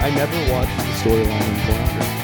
I never watched the storyline in Blender.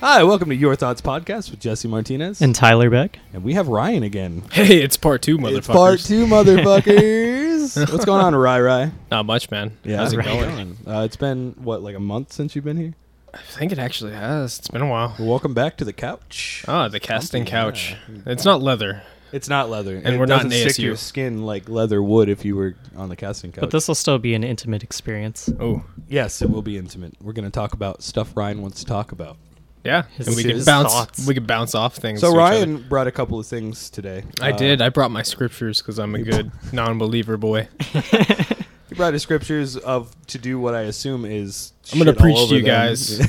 Hi, welcome to Your Thoughts Podcast with Jesse Martinez. And Tyler Beck. And we have Ryan again. Hey, it's part two, motherfuckers. It's part two, motherfuckers. What's going on, Rai Rai? Not much, man. How's it Right. going? Uh, it's been, what, like a month since you've been here? I think it actually has. It's been a while. Well, welcome back to the couch. Ah, the casting couch. It's not leather. It's not leather. And, we're it not in doesn't stick to ASU. your skin like leather would if you were on the casting couch. But this will still be an intimate experience. Oh, yes, it will be intimate. We're going to talk about stuff Ryan wants to talk about. yeah. His- and we his could bounce. thoughts. We could bounce off things. So to each Ryan brought a couple of things today. other. I Uh, did. I brought my scriptures because I'm a good non-believer boy. He brought his scriptures of to do what I assume is. I'm gonna shit all preach to over you them. guys.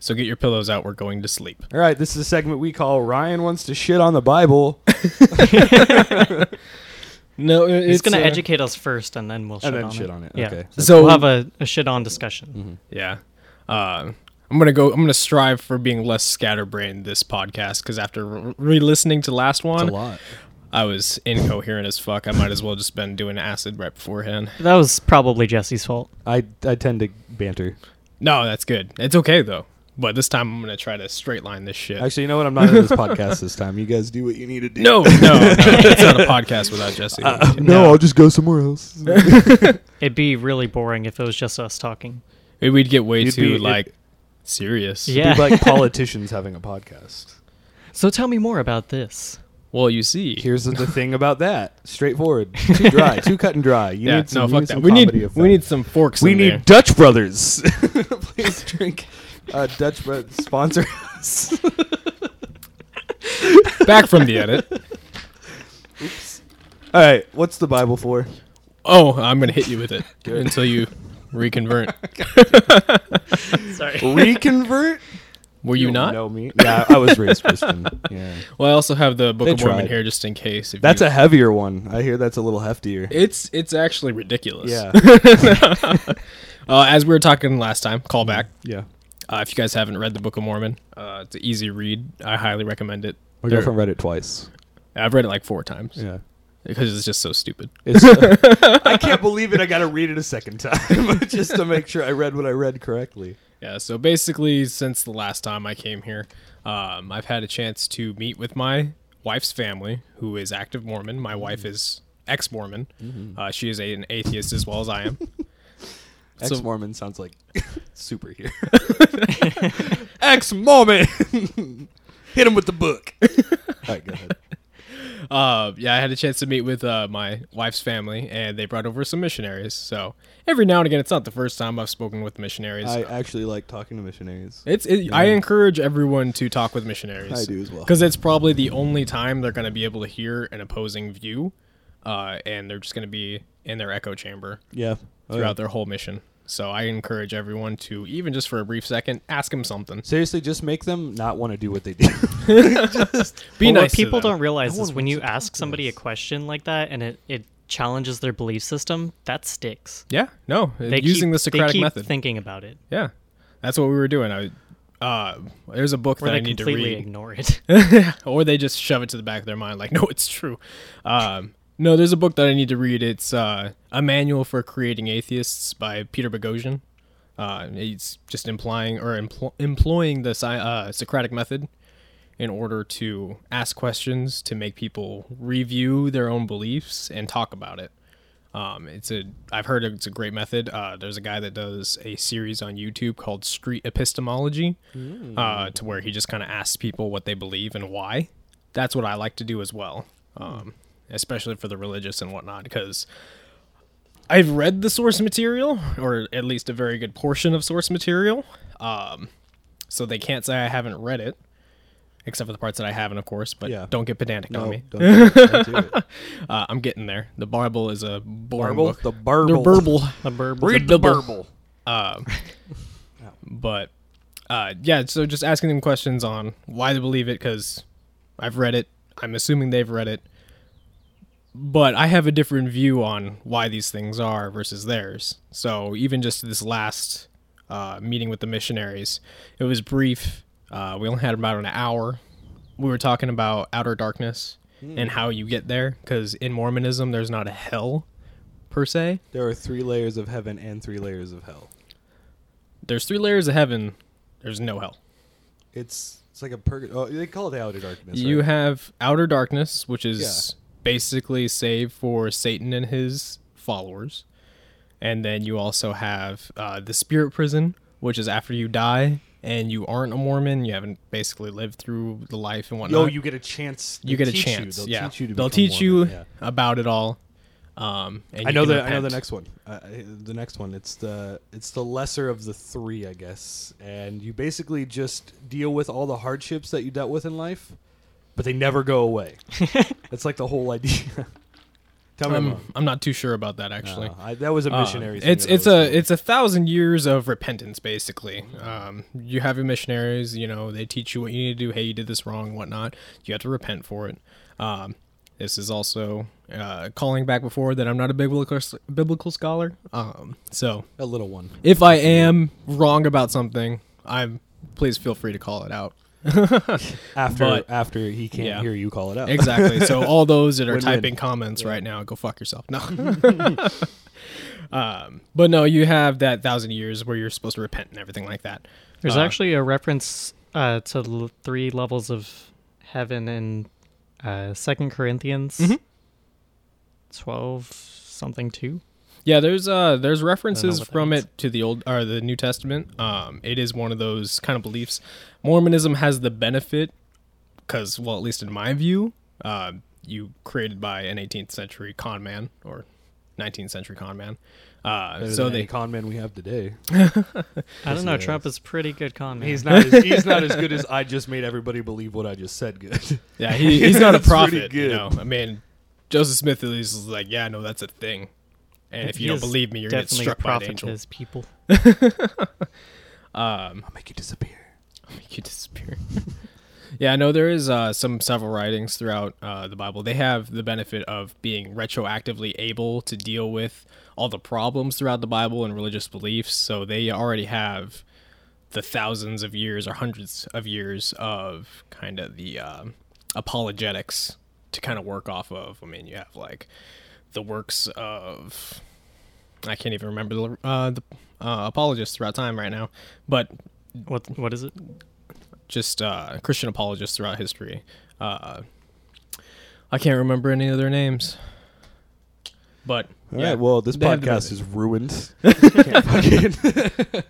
So get your pillows out. We're going to sleep. all right, this is a segment we call Ryan wants to shit on the Bible, No, it- He's it's going to uh, educate us first, and then we'll shit and then on shit it. on it. Yeah. Okay. So- we'll have a, a shit on discussion. Yeah. Uh, I'm gonna go. I'm gonna strive for being less scatterbrained this podcast because after re- re-listening to last one, That's a lot. I was incoherent as fuck. I might as well just been doing acid right beforehand. That was probably Jesse's fault. I I tend to banter. No, that's good. It's okay though. But this time I'm gonna try to straight line this shit. Actually, you know what? I'm not in this podcast this time. You guys do what you need to do. no, no, no, it's not a podcast without Jesse. Uh, no, I'll just go somewhere else. It'd be really boring if it was just us talking. It- we'd get way You'd too be- like serious. Yeah. Be like politicians having a podcast. So tell me more about this. Well, you see, Here's the thing about that. Straightforward. Too dry. Too cut and dry. You yeah, need some, no, you need fuck that. some We need comedy we need effect. some forks. We in need there. Dutch Brothers. Please drink uh, Dutch Bro- sponsor us. back from the edit. All right, what's the Bible for? Oh, I'm gonna hit you with it until you reconvert. Sorry. Reconvert? Were you not? know me? Yeah, I was raised Christian. Yeah, Well, I also have the Book They of Mormon tried. here just in case. If that's you- a heavier one. I hear that's a little heftier. It's it's actually ridiculous. Yeah, Uh, as we were talking last time, call back. yeah. Uh, if you guys haven't read the Book of Mormon, uh, it's an easy read. I highly recommend it. My There- girlfriend read it twice. I've read it like four times Yeah. because it's just so stupid. It's, I can't believe it. I got to read it a second time just to make sure I read what I read correctly. Yeah. So basically, since the last time I came here, um, I've had a chance to meet with my wife's family, who is active Mormon. My Mm-hmm. wife is ex-Mormon. Uh, she is a, an atheist as well as I am. So- Ex Mormon sounds like superhero. Ex Mormon! Hit him with the book. All right, go ahead. Uh, yeah, I had a chance to meet with uh, my wife's family, and they brought over some missionaries. So every now and again, it's not the first time I've spoken with missionaries. I actually like talking to missionaries. It's. It, I encourage everyone to talk with missionaries. I do as well. because it's probably the only time they're going to be able to hear an opposing view, uh, and they're just going to be in their echo chamber Yeah. Oh, throughout yeah. their whole mission. So I encourage everyone to, even just for a brief second, ask them something. Seriously, just make them not want to do what they do. Be Well, nice. what to people them. don't realize No is one when wants you to talk ask to somebody a us. question like that and it, it challenges their belief system, that sticks. Yeah. No. uh, They using keep, the Socratic they keep method. thinking about it, yeah. That's what we were doing. I. Uh, there's a book or that I they need to completely read. ignore it. or they just shove it to the back of their mind like no it's true um, no there's a book that i need to read it's uh, a manual for creating atheists by peter boghossian uh, he's just implying or empl- employing the sci- uh, socratic method in order to ask questions to make people review their own beliefs and talk about it um, it's a i've heard it's a great method uh, there's a guy that does a series on youtube called street epistemology uh, Mm. to where he just kind of asks people what they believe and why that's what i like to do as well um, especially for the religious and whatnot because i've read the source material or at least a very good portion of source material um, so they can't say i haven't read it except for the parts that I haven't, of course. But Yeah. don't get pedantic on No, me. don't do it. Don't do it. Uh, I'm getting there. The Bible is a boring Burble? book. The burble. The Bible. A burble. Read the Bible. burble. but uh, yeah, so just asking them questions on why they believe it because I've read it. I'm assuming they've read it, but I have a different view on why these things are versus theirs. So even just this last uh, meeting with the missionaries, it was brief. Uh, we only had about an hour. We were talking about outer darkness and how you get there because in Mormonism there's not a hell per se. There are three layers of heaven and three layers of hell. There's three layers of heaven. There's no hell. It's it's like a purg. Oh, they call it the outer darkness. you right? have outer darkness which is basically saved for satan and his followers and then you also have uh, the spirit prison which is after you die and you aren't a mormon you haven't basically lived through the life and whatnot Yo, you get a chance. You get a Teach chance They'll yeah teach you. To they'll become teach you Mormon, yeah. about it all um and I you know can the I know the repent. next one. Uh, I- the next one. It's the it's the lesser of the three, I guess. And you basically just deal with all the hardships that you dealt with in life, but they never go away. That's like the whole idea. Tell me, I'm I'm, wrong. I'm not too sure about that actually Uh, I- that was a Uh, missionary. thing it's that I it's was a doing. it's a thousand years of repentance, basically. Um, you have your missionaries, you know, they teach you what you need to do. Hey, you did this wrong, whatnot. You have to repent for it. Um, this is also uh, calling back before that I'm not a biblical biblical scholar. Um, so a little one. if I am wrong about something, I'm please feel free to call it out. After but- after he can't yeah. hear you call it out. Exactly. So all those that are Win-win. typing comments right now, go fuck yourself. No. um, but no, you have that thousand years where you're supposed to repent and everything like that. There's Uh, actually a reference uh, to l- three levels of heaven in uh, Second Corinthians Mm-hmm. twelve something two. Yeah, there's uh there's references what that from means. it to the old or the New Testament. Um, it is one of those kind of beliefs. Mormonism has the benefit because, well, at least in my view, uh, you created by an 18th century con man or 19th century con man. Uh, Better so than they any con man we have today. I don't know. Trump is pretty good con man. He's not as, he's not as good as I just made everybody believe what I just said. Good. Yeah, he, he's not a That's pretty prophet. You good. know, I mean, Joseph Smith at least is like, yeah, no, that's a thing. And if He you don't is believe me, you're gonna get definitely struck a by an prophet angel. to his people. I'll make you disappear. Make you disappear. yeah, I know there is uh, some several writings throughout uh, the Bible. They have the benefit of being retroactively able to deal with all the problems throughout the Bible and religious beliefs. So they already have the thousands of years or hundreds of years of kind of the um apologetics to kind of work off of. I mean, you have like the works of I can't even remember the, uh, the uh, apologists throughout time right now, but What what is it? just uh, Christian apologists throughout history. Uh, I can't remember any of their names, but All right. yeah, Well, this they have the podcast is ruined. Can't fucking-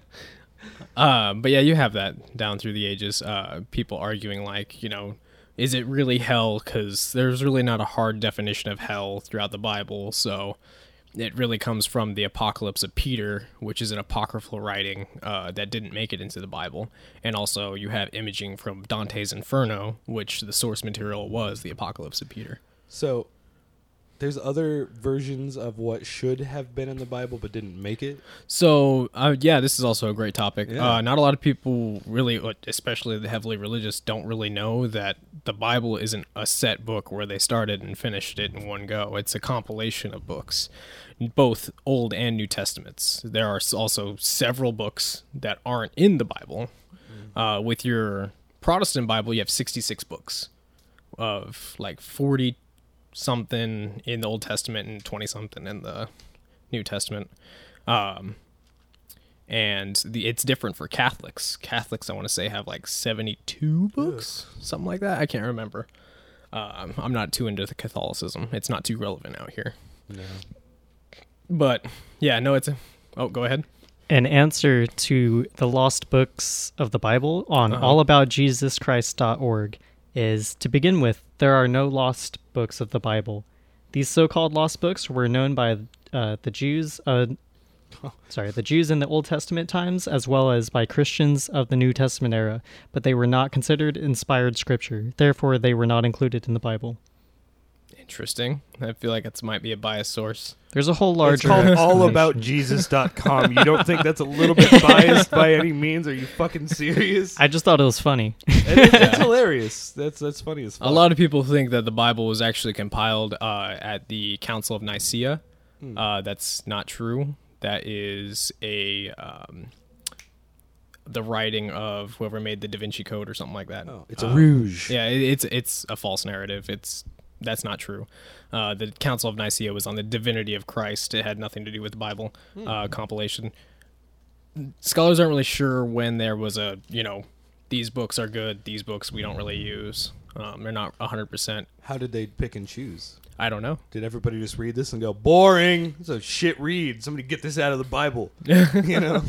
Uh, but yeah, you have that down through the ages. Uh, people arguing like, you know, is it really hell? Because there's really not a hard definition of hell throughout the Bible. So it really comes from the Apocalypse of Peter, which is an apocryphal writing uh, that didn't make it into the Bible. And also, you have imaging from Dante's Inferno, which the source material was the Apocalypse of Peter. so, there's other versions of what should have been in the Bible but didn't make it. So uh, yeah, this is also a great topic. Yeah. Uh, not a lot of people really, uh, especially the heavily religious, don't really know that the Bible isn't a set book where they started and finished it in one go. It's a compilation of books, both Old and New Testaments. There are s- also several books that aren't in the Bible. Uh, with your Protestant Bible, you have sixty-six books of like forty something in the Old Testament and twenty something in the New Testament and the, it's different for Catholics. Catholics, I want to say, have like seventy-two books, something like that. I can't remember. Um, I'm not too into the Catholicism. It's not too relevant out here. But yeah, no, it's. A, oh, go ahead. An answer to the lost books of the Bible on Uh-huh. allaboutjesuschrist.org is to begin with, there are no lost books of the Bible. These so called lost books were known by uh, the Jews uh, sorry, the Jews in the Old Testament times, as well as by Christians of the New Testament era, but they were not considered inspired scripture. Therefore, they were not included in the Bible. Interesting. I feel like it might be a biased source. There's a whole It's larger. called explanation. allaboutjesus.com. You don't think that's a little bit biased by any means? Are you fucking serious? I just thought it was funny. It is, it's hilarious. That's that's funny as fuck. A lot of people think that the Bible was actually compiled uh, at the Council of Nicaea. Uh, that's not true. That is a um, the writing of whoever made the Da Vinci Code or something like that. Oh, it's a Uh, rouge. Yeah, it, it's it's a false narrative. It's that's not true. Uh, the Council of Nicaea was on the divinity of Christ. It had nothing to do with the Bible uh, compilation. Scholars aren't really sure when there was a you know these books are good, these books we don't really use. Um, they're not hundred percent. How did they pick and choose? I don't know. Did everybody just read this and go boring? It's a shit read. Somebody get this out of the Bible. you know,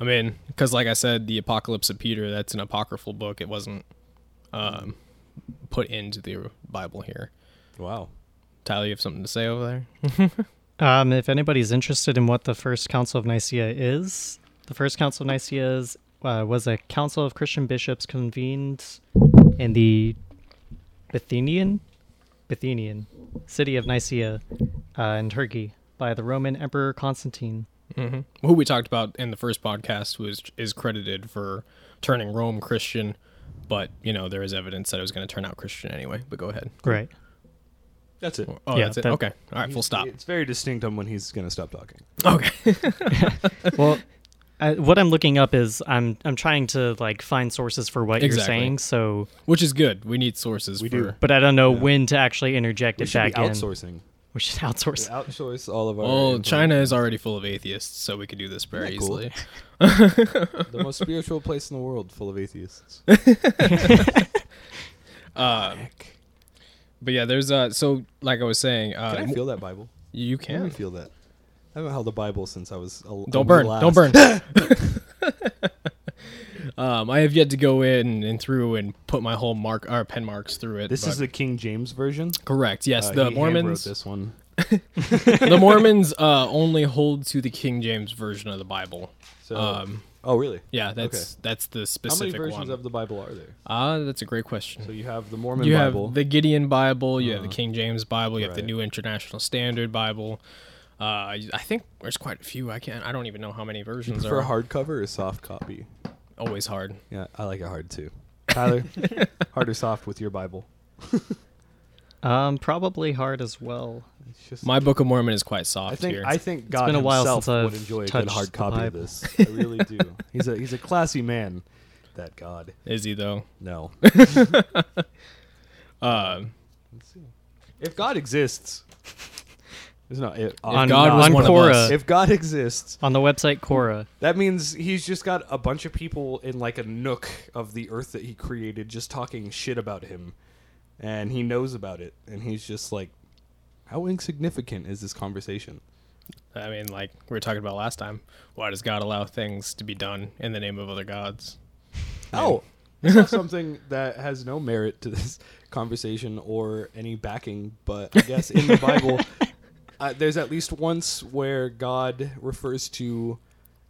I mean, because like I said, the Apocalypse of Peter that's an apocryphal book. It wasn't um, put into the Bible here. wow. Tyler, you have something to say over there? Um, if anybody's interested in what the First Council of Nicaea is, the First Council of Nicaea is, uh, was a council of Christian bishops convened in the Bithynian, Bithynian city of Nicaea uh, in Turkey by the Roman Emperor Constantine. who we talked about in the first podcast was is credited for turning Rome Christian, but you know there is evidence that it was going to turn out Christian anyway. But go ahead. Right. That's it. Oh, Yeah, that's it. that- okay. All right. Full stop. It's very distinct on when he's gonna stop talking. Okay. well, uh, what I'm looking up is I'm I'm trying to like find sources for what Exactly. you're saying. So, Which is good. We need sources. We for, do. but I don't know when to actually interject We it should be back in. outsourcing. We should outsource. Outsource all of our. Well, information. Oh, China is already full of atheists, so we could do this very Isn't that cool? easily. the most spiritual place in the world, full of atheists. Uh, but yeah, there's uh. So like I was saying, uh, Can I m- feel that Bible? you Can I can. feel that? I haven't held a Bible since I was. A, Don't burn. Don't burn. um, I have yet to go in and through and put my whole mark or pen marks through it. This but- is the King James version. correct. Yes, Uh, the he handwrote Mormons. this one. the Mormons uh, only hold to the King James version of the Bible. So, Um, oh really? yeah, that's that's How the many specific versions one. of the Bible are there? Ah, that's a great So question. you have the Mormon You have Bible. Uh-huh. the Gideon Bible, you have the King James Bible, you have Right. the New International Standard Bible. Uh, I think there's quite a few. I can't. I don't even know how many versions for are. a hardcover or soft copy? Always hard. Yeah, I like it hard too. Tyler, hard or soft with your Bible? Um, probably hard as well. It's just My Book of Mormon is quite I soft think here. I think God been a while himself since I've would enjoy a good touched hard the copy of Bible. this. I really do. He's a he's a classy man. That God. Is he though? No. Uh, If God exists, there's no if, on God was on one of Quora, us- if God exists, on the website Quora. that means he's just got a bunch of people in like a nook of the earth that he created, just talking shit about him, and he knows about it, and he's just like, how insignificant is this conversation? I mean, like we were talking about last time. Why does God allow things to be done in the name of other gods? Oh, I saw something that has no merit to this conversation or any backing, but I guess in the Bible, uh, there's at least once where God refers to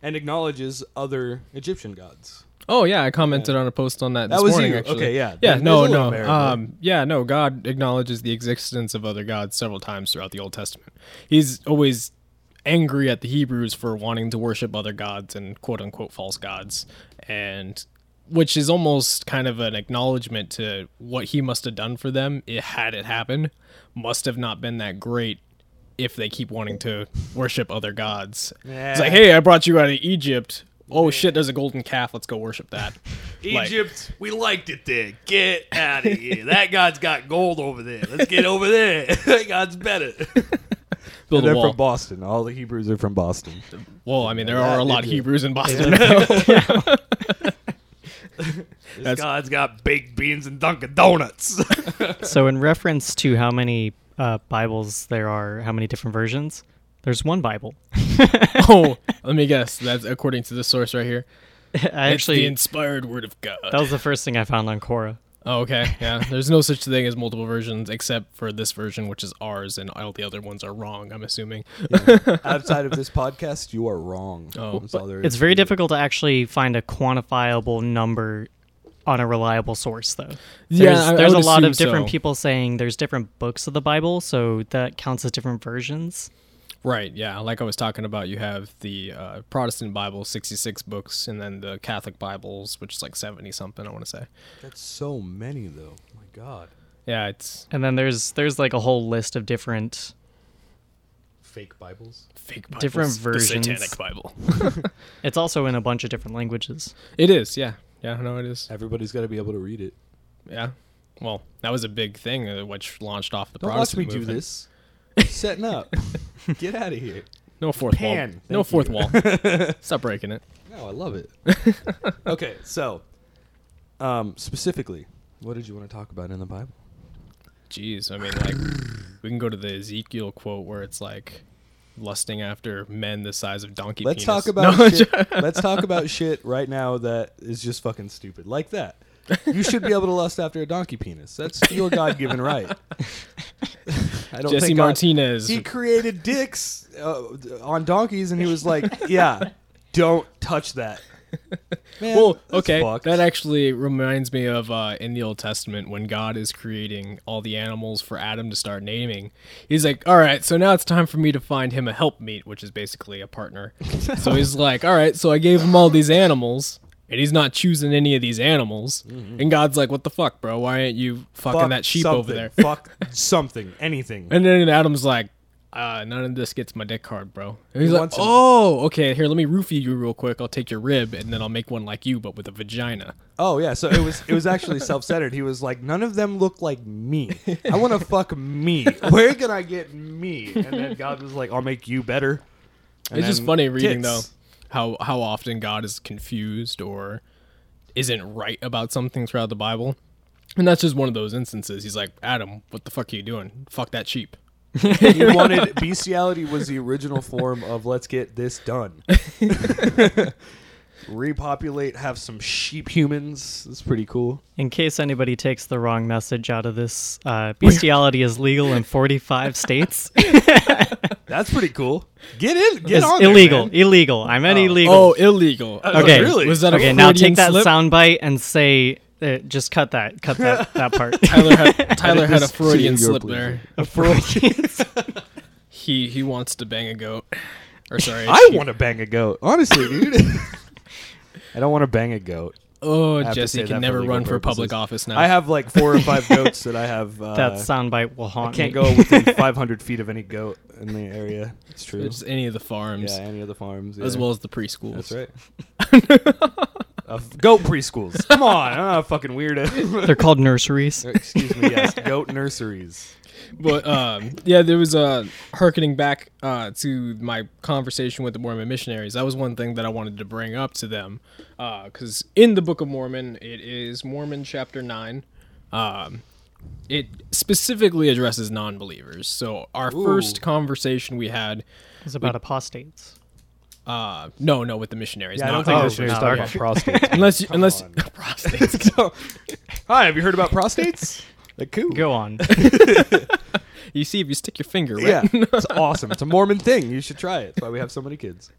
and acknowledges other Egyptian gods. Oh yeah, I commented on a post on that. That this was morning, you. Actually. Okay, yeah. Yeah. There's a no. little No. merit, right? um. Yeah. No. God acknowledges the existence of other gods several times throughout the Old Testament. He's always angry at the Hebrews for wanting to worship other gods and quote unquote false gods, and which is almost kind of an acknowledgement to what he must have done for them. It had it happened, must have not been that great. If they keep wanting to worship other gods, it's like, Yeah. hey, I brought you out of Egypt. Oh shit, there's a golden calf. Let's go worship that. Like- Egypt, we liked it there. Get out of here. That god's got gold over there. Let's get over there. That god's better. build They're a wall. from Boston. All the Hebrews are from Boston. well, I mean, there Yeah, are that a lot of is it. Hebrews in Boston. now. This That's- god's got baked beans and Dunkin' Donuts. So, in reference to how many uh, Bibles there are, how many different versions, there's one Bible. oh, let me guess. That's according to the source right here. I Actually, it's the actually, inspired word of God. that was the first thing I found on Quora. Oh, okay. Yeah. There's no such thing as multiple versions except for this version, which is ours, and all the other ones are wrong, I'm assuming. Outside of this podcast, you are wrong. Oh. That's all there is It's very to it. difficult to actually find a quantifiable number on a reliable source, though. Yeah, There's, I- I there's would a lot of assume different so. people saying there's different books of the Bible, so that counts as different versions. Right. Yeah. Like I was talking about, you have the uh, Protestant Bible, 66 books, and then the Catholic Bibles, which is like 70 something, I want to say. That's so many, though. My God. Yeah. It's And then there's there's like a whole list of different Fake Bibles. fake Bibles, Different The versions. Satanic Bible. it's also in a bunch of different languages. it is. Yeah. Yeah. No, it is. Everybody's got to be able to read it. Yeah. Well, that was a big thing uh, which launched off the Don't Protestant watch me do movement. this. I'm setting up. Get out of here. No fourth Pan. wall. Thank No fourth you. wall. Stop breaking it. No, I love it. okay, so um, specifically, what did you want to talk about in the Bible? Jeez, I mean, like, we can go to the Ezekiel quote where it's like lusting after men the size of donkey. Let's penis. talk about No, shit. let's talk about shit right now that is just fucking stupid. Like that. You should be able to lust after a donkey penis. That's your God given right. I don't Jesse think God- Martinez. he created dicks uh, on donkeys, and he was like, "Yeah, don't touch that." Man, well, that's okay, fucked. that actually reminds me of uh, in the Old Testament when God is creating all the animals for Adam to start naming. He's like, "All right, so now it's time for me to find him a helpmeet, which is basically a partner." so he's like, "All right, so I gave him all these animals." And he's not choosing any of these animals. And God's like, what the fuck, bro? Why aren't you fucking Mm-hmm. Fuck that sheep over something. there? Fuck something, anything. And then Adam's like, uh, none of this gets my dick hard, bro. And he's like, wants him. oh, okay, here, let me roofie you real quick. I'll take your rib, and then I'll make one like you, but with a vagina. Oh yeah, so it was it was actually self centered. He was like, none of them look like me. I want to fuck me. Where can I get me? And then God was like, I'll make you better. And it's just then funny reading, tits. though, how, how often God is confused or isn't right about something throughout the Bible. And that's just one of those instances. He's like, Adam, what the fuck are you doing? Fuck that sheep. He wanted bestiality was the original form of let's get this done. Repopulate, have some sheep humans. That's pretty cool. In case anybody takes the wrong message out of this, uh, bestiality is legal in 45 states. That's pretty cool. Get in, get It's on there, illegal. man. illegal. I meant illegal. Oh, illegal. okay. Uh, really? Was that a okay, now Freudian take that slip? soundbite and say, uh, just cut that. Cut that, that part. Tyler had, Tyler had a this to Freudian your slip belief. there. He he wants to bang a goat. Or sorry, I want to bang a goat. Honestly, dude. I don't want to bang a goat. Oh, have to say Jesse that can for never legal run for public purposes. office now. I have like four or five goats that I have. Uh, that soundbite will haunt can't me. go within 500 feet of any goat in the area. It's true. It's any of the farms, yeah, any of the farms. as yeah. well as the preschools. That's right. uh, goat preschools. Come on, I'm not a fucking weirdo. They're called nurseries. Excuse me. Yes, goat nurseries. But um, yeah, there was uh, harkening back uh, to my conversation with the Mormon missionaries. That was one thing that I wanted to bring up to them, because in the Book of Mormon, it is Mormon chapter nine. Um, it specifically addresses non-believers. So our first conconversation we had, It's about apostates. uh, no, no, with the missionaries. Yeah, I don't not- think oh, this was no, talking okay. about prostates. unless you, unless on. prostates. Hi, have you heard about prostates? Like, cool. Go on. you see if you stick your finger. Right? Yeah, it's awesome. It's a Mormon thing. You should try it. That's why we have so many kids.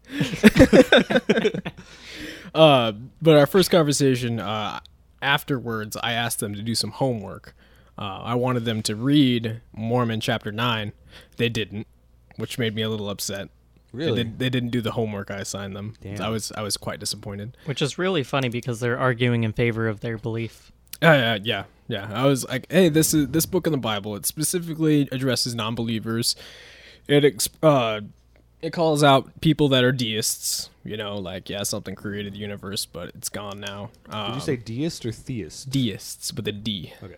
Uh, but our first conversation uh, afterwards, I asked them to do some homework. Uh, I wanted them to read Mormon chapter nine. They didn't, which made me a little upset. Really? they, did, they didn't do the homework I assigned them. Damn. I was I was quite disappointed. Which is really funny because they're arguing in favor of their belief. Uh, yeah, yeah, yeah. I was like, hey, this is this book in the Bible. It specifically addresses non-believers. It ex- uh, it calls out people that are deists. You know, like yeah, something created the universe, but it's gone now. Um, Did you say deist or theist? deists with a D, Okay.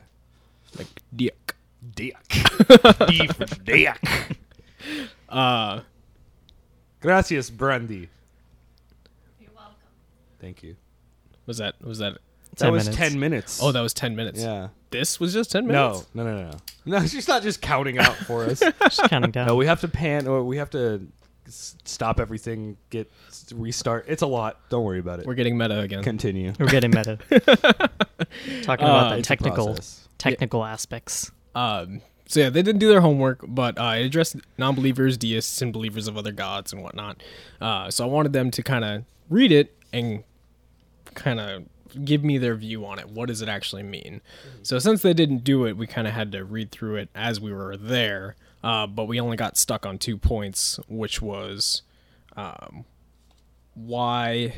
like dick. Dick. D for dick. Uh, Gracias, Brandy. You're welcome. Thank you. was that was that? That 10 was minutes. ten minutes. Oh, that was ten minutes. yeah. This was just ten No, minutes. Oh, no, no, no, no. No, she's not just counting out for us. Just counting down. no, we have to pan, or we have to s- stop everything, get s- restart. It's a lot. Don't worry about it. We're getting meta again. Continue. We're getting meta. Talking about the It's a technical process. technical aspects. Um, so yeah, they didn't do their homework, but uh, it addressed non-believers, deists, and believers of other gods and whatnot. Uh, so I wanted them to kind of read it and kind of give me their view on it. What does it actually mean? So since they didn't do it, we kind of had to read through it as we were there. Uh, but we only got stuck on two points, which was um, why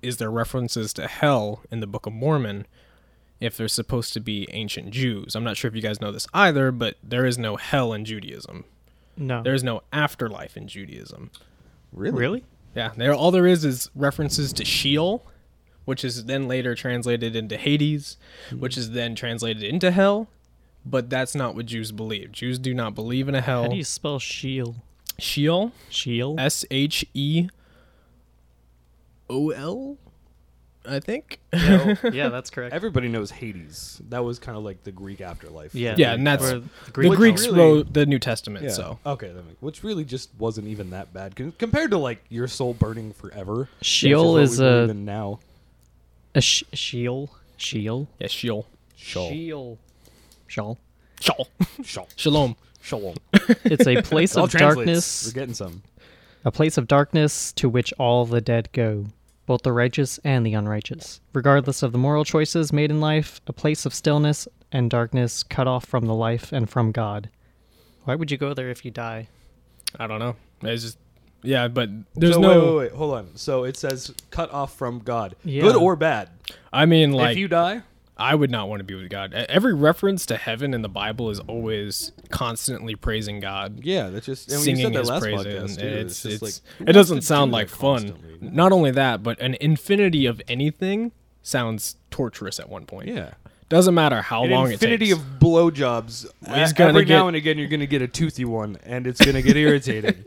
is there references to hell in the Book of Mormon? if they're supposed to be ancient Jews. I'm not sure if you guys know this either, but there is no hell in Judaism. No. There is no afterlife in Judaism. really? Yeah, there all there is is references to Sheol, which is then later translated into Hades, which is then translated into hell. But that's not what Jews believe. Jews do not believe in a hell. How do you spell shield? Sheol, Shield? S H E O L, I think. yeah, that's correct. Everybody knows Hades. That was kind of like the Greek afterlife. yeah. Yeah, and that's- where the Greek Greeks really- wrote the New Testament, so okay, that makes, which really just wasn't even that bad con- compared to like your soul burning forever. Sheol which is what we believe a- in now. a sh- shield. Shield. yeah, Sheol, Sheol. Sheol. Sheol. Sheol, Sheol. Shalom. Sheol. It's a place All of translates. darkness, We're getting some. a place of darkness to which all the dead go, both the righteous and the unrighteous. Regardless of the moral choices made in life, a place of stillness and darkness cut off from the life and from God. Why would you go there if you die? I don't know. It's just yeah, but there's so no. wait, wait, wait, hold on. So it says cut off from God, Yeah. good or bad. I mean, like if you die, I would not want to be with God. E- Every reference to heaven in the Bible is always constantly praising God, yeah, that's just and singing you said that His last praise, podcast. and too, it's, just it's like, it who doesn't wants to sound do like that fun. constantly? Not only that, but an infinity of anything sounds torturous at one point. Yeah. doesn't matter how An long infinity it takes. of blowjobs. he's Uh, gonna Every get- now and again, you're gonna get a toothy one, and it's gonna get irritating.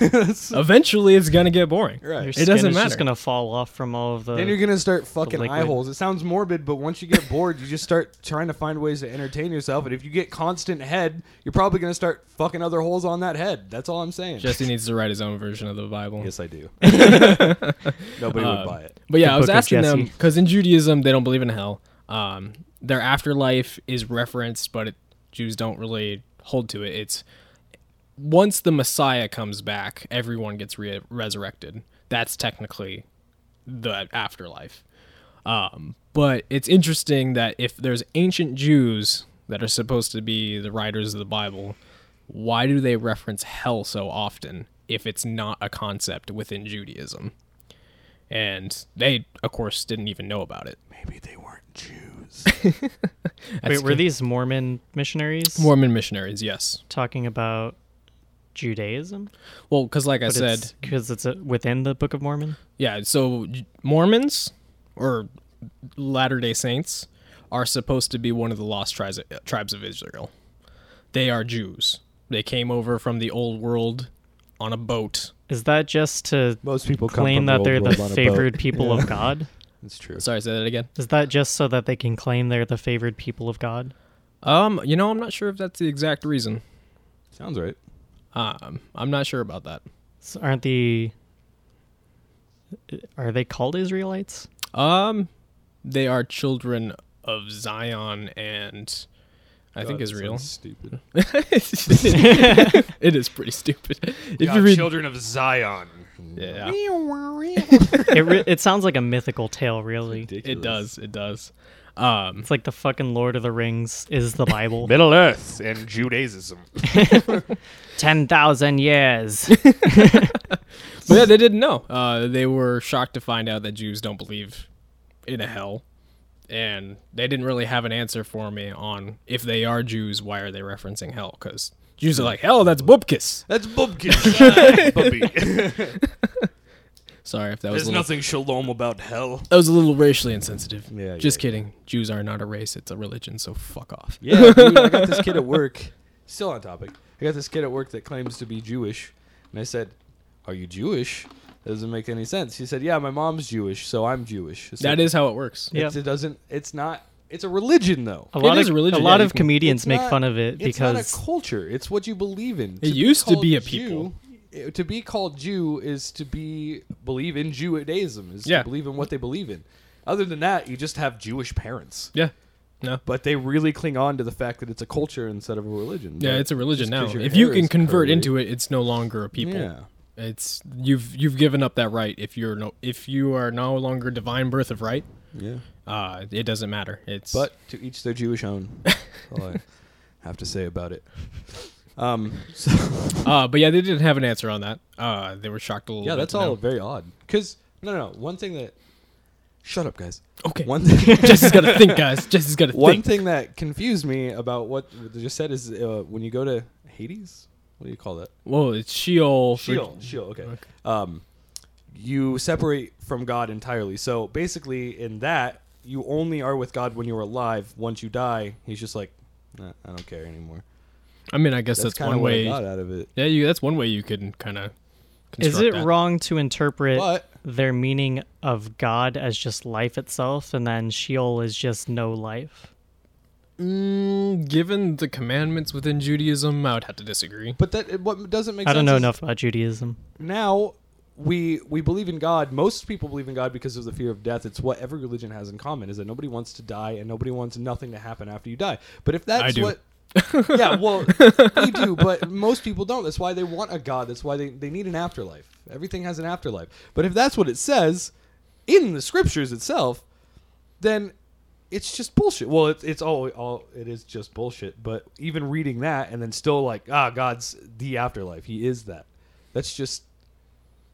Eventually, it's gonna get boring. Right. Your It skin doesn't is matter. just gonna fall off from all of the. Then you're gonna start fucking liquid. eye holes. It sounds morbid, but once you get bored, you just start trying to find ways to entertain yourself. And if you get constant head, you're probably gonna start fucking other holes on that head. That's all I'm saying. Jesse needs to write his own version of the Bible. yes, I do. Nobody Um, would buy it. But yeah, I was Book of asking them Jesse. because in Judaism they don't believe in hell. Um, their afterlife is referenced, but it, Jews don't really hold to it. It's once the Messiah comes back, everyone gets re- resurrected. That's technically the afterlife. Um, but it's interesting that if there's ancient Jews that are supposed to be the writers of the Bible, why do they reference hell so often if it's not a concept within Judaism? And they, of course, didn't even know about it. Maybe they weren't Jews. Wait, were these Mormon missionaries Mormon missionaries, yes. talking about Judaism? Well, because like I said, because it's, uh, within the Book of Mormon. Yeah, so J- Mormons or Latter Day Saints are supposed to be one of the lost tribes tribes of Israel. They are Jews. They came over from the old world on a boat. Is that just to Most people come claim from that the they're old the world on a favored boat. people of God? It's true. Sorry, say that again. Is that just so that they can claim they're the favored people of God? Um, you know, I'm not sure if that's the exact reason. Sounds right. Um, I'm not sure about that. So aren't the are they called Israelites? Um, they are children of Zion and I think Israel. Stupid. it is pretty stupid. If you read, children of Zion. yeah, It re- it sounds like a mythical tale, really. it does, it does. Um, It's like the fucking Lord of the Rings is the Bible. Middle Earth and Judaism. Ten thousand years. But yeah, they didn't know. Uh, they were shocked to find out that Jews don't believe in a hell, and they didn't really have an answer for me on if they are Jews, why are they referencing hell? Because Jews are like, hell, that's bupkis. That's Bubkin. Puppy. Sorry if that was There's a little, nothing shalom about hell. that was a little racially insensitive. Yeah, just yeah, kidding. Jews are not a race; it's a religion. So fuck off. Yeah, dude, I got this kid at work. Still on topic. I got this kid at work that claims to be Jewish, and I said, "Are you Jewish?" That doesn't make any sense. He said, "Yeah, my mom's Jewish, so I'm Jewish." So That is how it works. Yeah. It doesn't. It's not. It's a religion, though. A lot is of religion, a lot yeah, you of can- comedians It's make not- fun of it it's not because a culture. It's what you believe in. used to called be a people. Jew eh, to be called Jew is to be believe in Judaism, is to Yeah. believe in what they believe in. Other than that, you just have Jewish parents. Yeah. No. But they really cling on to the fact that it's a culture instead of a religion. Yeah, But it's a religion just 'cause now. your If you hair can is convert curly- into it, it's no longer a people. yeah, It's you've you've given up that right. If you're no if you are no longer divine birth of right, yeah. uh, it doesn't matter. It's But to each their Jewish own. That's all I have to say about it. Um, so, uh, but yeah, they didn't have an answer on that. Uh, they were shocked a little. yeah, bit that's to all know. very odd. Because no, no, no, one thing that. Shut up, guys. Okay. One thing. Jesse's got to think, guys. Jesse's got to One think. thing that confused me about what they just said is uh, when you go to Hades, what do you call that? Whoa, it's Sheol. for- Sheol. Sheol. Okay. Um, you separate from God entirely. So basically, in that, you only are with God when you're alive. Once you die, He's just like, nah, I don't care anymore. I mean, I guess that's, kind of one what way. I got out of it. Yeah, you, that's one way you can kind of. Is it wrong to interpret But their meaning of God as just life itself, and then Sheol is just no life? Mm, given the commandments within Judaism, I would have to disagree. but that what doesn't make I sense don't know is enough about Judaism. now we we believe in God. Most people believe in God because of the fear of death. It's what every religion has in common is that nobody wants to die and nobody wants nothing to happen after you die. But if that's I do. what yeah, well, we do, but most people don't. That's why they want a god. That's why they, they need an afterlife. Everything has an afterlife. But if that's what it says in the scriptures itself, then it's just bullshit. Well, it's it's all, all it is just bullshit. But even reading that and then still like, ah, God's the afterlife. He is that. That's just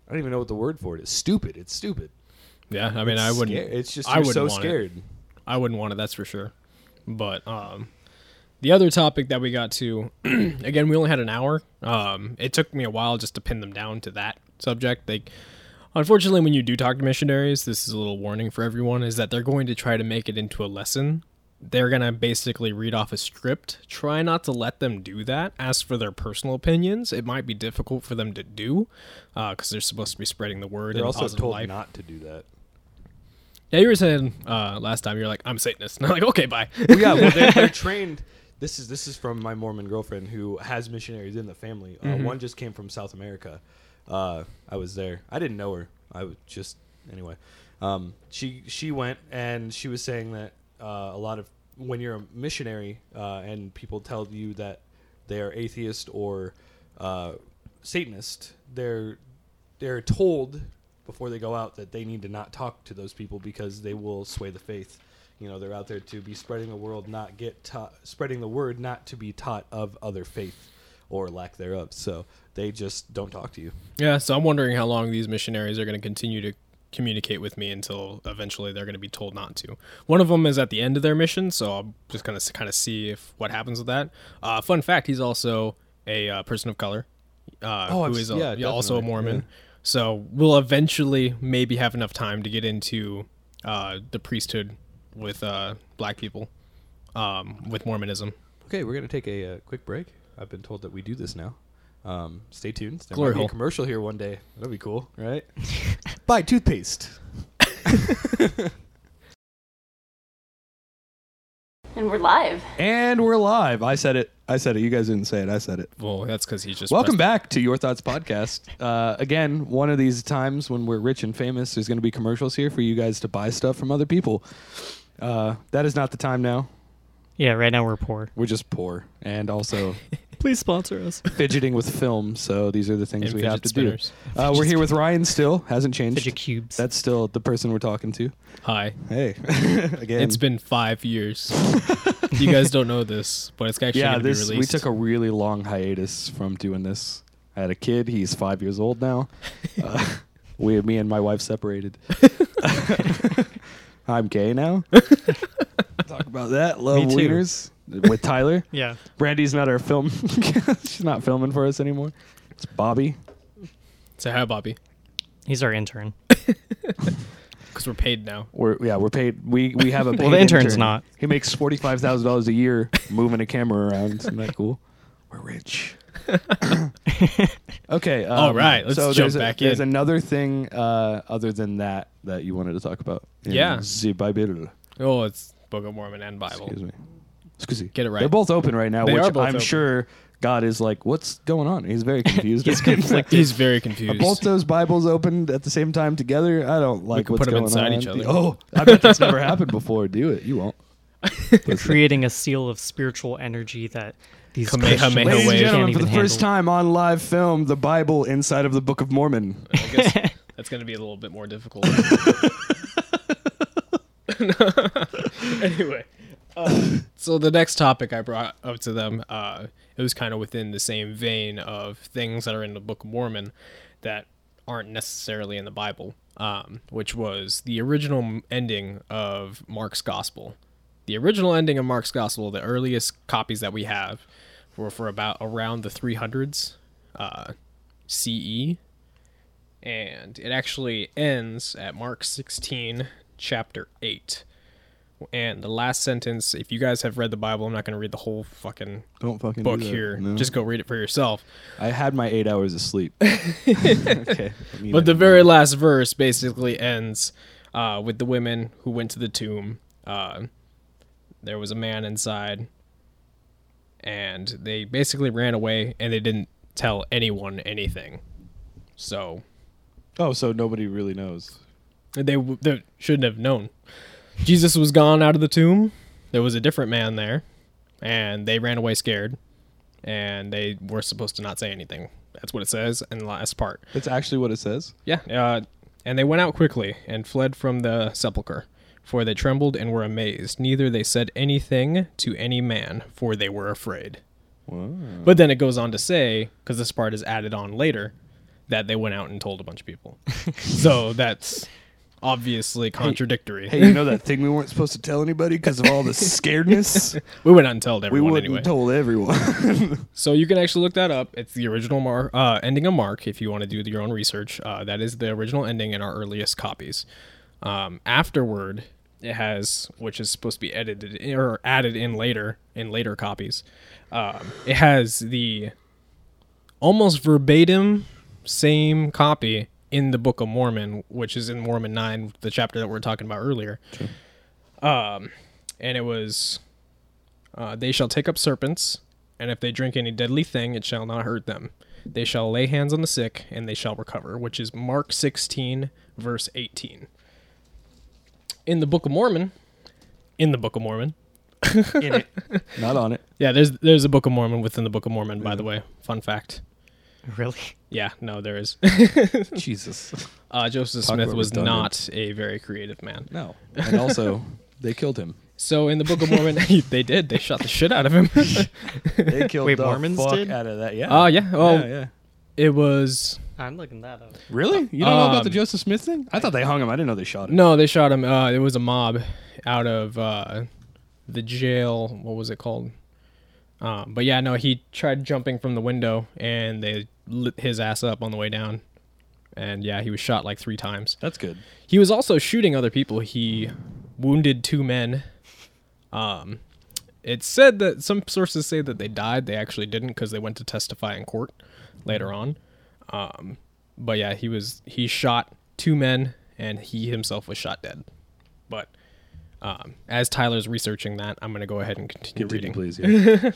I don't even know what the word for it is. Stupid. It's stupid. Yeah, I mean, I wouldn't. Scar- It's just I you're wouldn't so want it. scared. I wouldn't want it, that's for sure. But um, the other topic that we got to, again, we only had an hour. Um, it took me a while just to pin them down to that subject. They, unfortunately, when you do talk to missionaries, this is a little warning for everyone: is that they're going to try to make it into a lesson. They're gonna basically read off a script. Try not to let them do that. Ask for their personal opinions. It might be difficult for them to do, because they're supposed to be spreading the word. They're and also positive told life. not to do that. Yeah, you were saying uh, last time you were like, "I'm a Satanist," and I'm like, "Okay, bye." yeah, well, they're, they're trained. This is this is from my Mormon girlfriend who has missionaries in the family. Uh, Mm-hmm. One just came from South America. Uh, I was there. I didn't know her. I was just anyway. Um, she she went and she was saying that uh, a lot of when you're a missionary uh, and people tell you that they are atheist or uh, Satanist, they're they're told before they go out that they need to not talk to those people because they will sway the faith. You know, they're out there to be spreading the world, not get taught, spreading the word, not to be taught of other faith or lack thereof. So they just don't talk to you. Yeah, so I'm wondering how long these missionaries are going to continue to communicate with me until eventually they're going to be told not to. One of them is at the end of their mission, so I'm just going to kind of see if what happens with that. Uh, fun fact: he's also a uh, person of color, uh, Oh, who I've- is yeah, a, yeah, also a definitely, Mormon. So we'll eventually maybe have enough time to get into uh, the priesthood with uh, black people, um, with Mormonism. Okay, we're gonna take a, uh quick break. I've been told that we do this now. Um, stay tuned. There Glory might be hole. a commercial here one day. That'd be cool, right? Buy toothpaste. And we're live. And we're live. I said it. I said it. You guys didn't say it. I said it. Well, that's because he's just Welcome back to Your Thoughts Podcast. Uh, again, one of these times when we're rich and famous, there's going to be commercials here for you guys to buy stuff from other people. Uh, that is not the time now. Yeah, right now we're poor. We're just poor and also Please sponsor us. fidgeting with film. So these are the things And we have fidget to spinners. do. Uh, we're here with Ryan still. Hasn't changed. Fidget cubes. That's still the person we're talking to. Hi. Hey, again. It's been five years. you guys don't know this, but it's actually yeah, gonna this be we released. took a really long hiatus from doing this. I had a kid. He's five years old now. Uh, we, me, and my wife separated. I'm gay now. Talk about that. Love Me too. wieners with Tyler. yeah. Brandy's not our film. She's not filming for us anymore. It's Bobby. Say hi, Bobby, He's our intern. because we're paid now. We're yeah, we're paid. We we have a paid Well, the intern's intern. not. He makes forty five thousand dollars a year moving a camera around. Isn't that cool? We're rich. okay. Um, All right, let's so jump there's a- back There's in. another thing uh, other than that that you wanted to talk about. in Yeah. The Bible. Oh, it's Book of Mormon and Bible. Excuse me. Excuse me. Get it right. They're both open right now, They which are both I'm open. sure God is like, what's going on? He's very confused. He's conflicted. He's very confused. Are both those Bibles opened at the same time together? I don't like could what's put 'em going inside on. each other. Oh, I bet that's never happened before. Do it. You won't. creating a seal of spiritual energy that these Kamehameha Christians Ladies wave. way. and can't gentlemen, for even the first handle. time on live film, the Bible inside of the Book of Mormon. I guess that's going to be a little bit more difficult. anyway, uh, so the next topic I brought up to them, uh, it was kind of within the same vein of things that are in the Book of Mormon that aren't necessarily in the Bible, um, which was the original ending of Mark's Gospel. The original ending of Mark's Gospel, the earliest copies that we have, were for about around the 300s uh, E. CE and it actually ends at Mark 16, chapter 8. And the last sentence, if you guys have read the Bible, I'm not going to read the whole fucking Don't fucking do book that. here. No. Just go read it for yourself. I had my eight hours of sleep. okay. I mean But it. the very last verse basically ends uh, with the women who went to the tomb. Uh, there was a man inside, and they basically ran away and they didn't tell anyone anything. So oh, so nobody really knows. they, w- they shouldn't have known. Jesus was gone out of the tomb. There was a different man there, and they ran away scared, and they were supposed to not say anything. That's what it says in the last part. That's actually what it says. Yeah. Uh, and they went out quickly and fled from the sepulchre, for they trembled and were amazed. Neither they said anything to any man, for they were afraid. But then it goes on to say, because this part is added on later, that they went out and told a bunch of people. so that's obviously contradictory. Hey, you know that thing we weren't supposed to tell anybody because of all the scaredness? we went out and told we everyone wouldn't anyway. told everyone. So you can actually look that up. It's the original Mar- uh, ending of Mark if you want to do your own research. Uh, that is the original ending in our earliest copies. Um, afterward, it has, which is supposed to be edited in- or added in later in later copies. Um, it has the almost verbatim same copy in the Book of Mormon, which is in Mormon nine, the chapter that we are talking about earlier. Um, and it was uh, they shall take up serpents, and if they drink any deadly thing, it shall not hurt them. They shall lay hands on the sick, and they shall recover, which is Mark 16, verse 18. In the Book of Mormon, in the Book of Mormon, Not on it. yeah, there's there's a Book of Mormon within the Book of Mormon, by the way. Fun fact. Really? Yeah, no, there is. Jesus. Uh, Joseph Talk Smith about was redundant. not a very creative man. No. And also, they killed him. So in the Book of Mormon, they did. They shot the shit out of him. They killed Wait, the Mormons fuck Uh, did? out of that. Yeah. Oh, yeah. Oh, yeah, yeah. it was. I'm looking that up. Really? You don't know about the Um, Joseph Smith thing? I thought they hung him. I didn't know they shot him. No, they shot him. Uh, it was a mob out of uh, the jail. What was it called? Um, but yeah, no, he tried jumping from the window, and they lit his ass up on the way down. And yeah, he was shot like three times. That's good. He was also shooting other people. He wounded two men. Um, it's said that some sources say that they died. They actually didn't because they went to testify in court later on. Um, but yeah, he was he shot two men and he himself was shot dead. But um, as Tyler's researching that, I'm gonna go ahead and continue, reading. please. Yeah.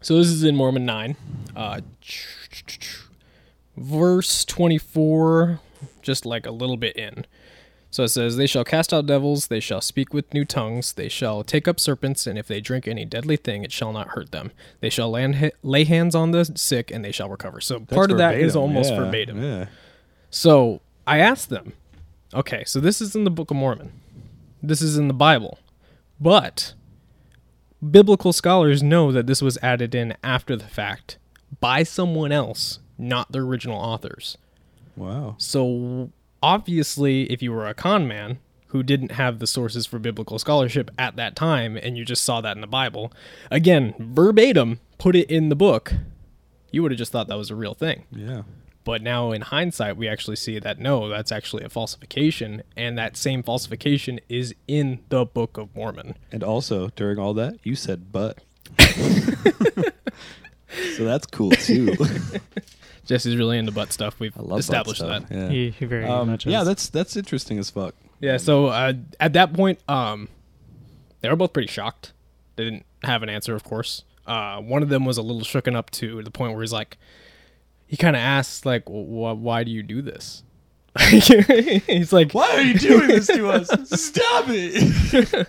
So this is in Mormon 9, uh, ch- ch- ch- ch- verse 24, just like a little bit in. So it says, They shall cast out devils, they shall speak with new tongues, they shall take up serpents, and if they drink any deadly thing, it shall not hurt them. They shall land ha- lay hands on the sick, and they shall recover. So part of that is almost verbatim. Yeah. So I asked them, okay, so this is in the Book of Mormon, this is in the Bible, but biblical scholars know that this was added in after the fact by someone else, not the original authors. Wow. So obviously, if you were a con man who didn't have the sources for biblical scholarship at that time and you just saw that in the Bible, again, verbatim, put it in the book, you would have just thought that was a real thing. Yeah. But now in hindsight, we actually see that no, that's actually a falsification. And that same falsification is in the Book of Mormon. And also, during all that, you said but. so that's cool too. Jesse's really into butt stuff. We've I love established butt that. stuff. Yeah. He, he very Um, much is. yeah, that's that's interesting as fuck. Yeah. So uh, at that point, um, they were both pretty shocked. They didn't have an answer, of course. Uh, one of them was a little shooken up to the point where he's like, he kind of asks, like, "Wh- why do you do this? he's like, Why are you doing this to us? Stop it!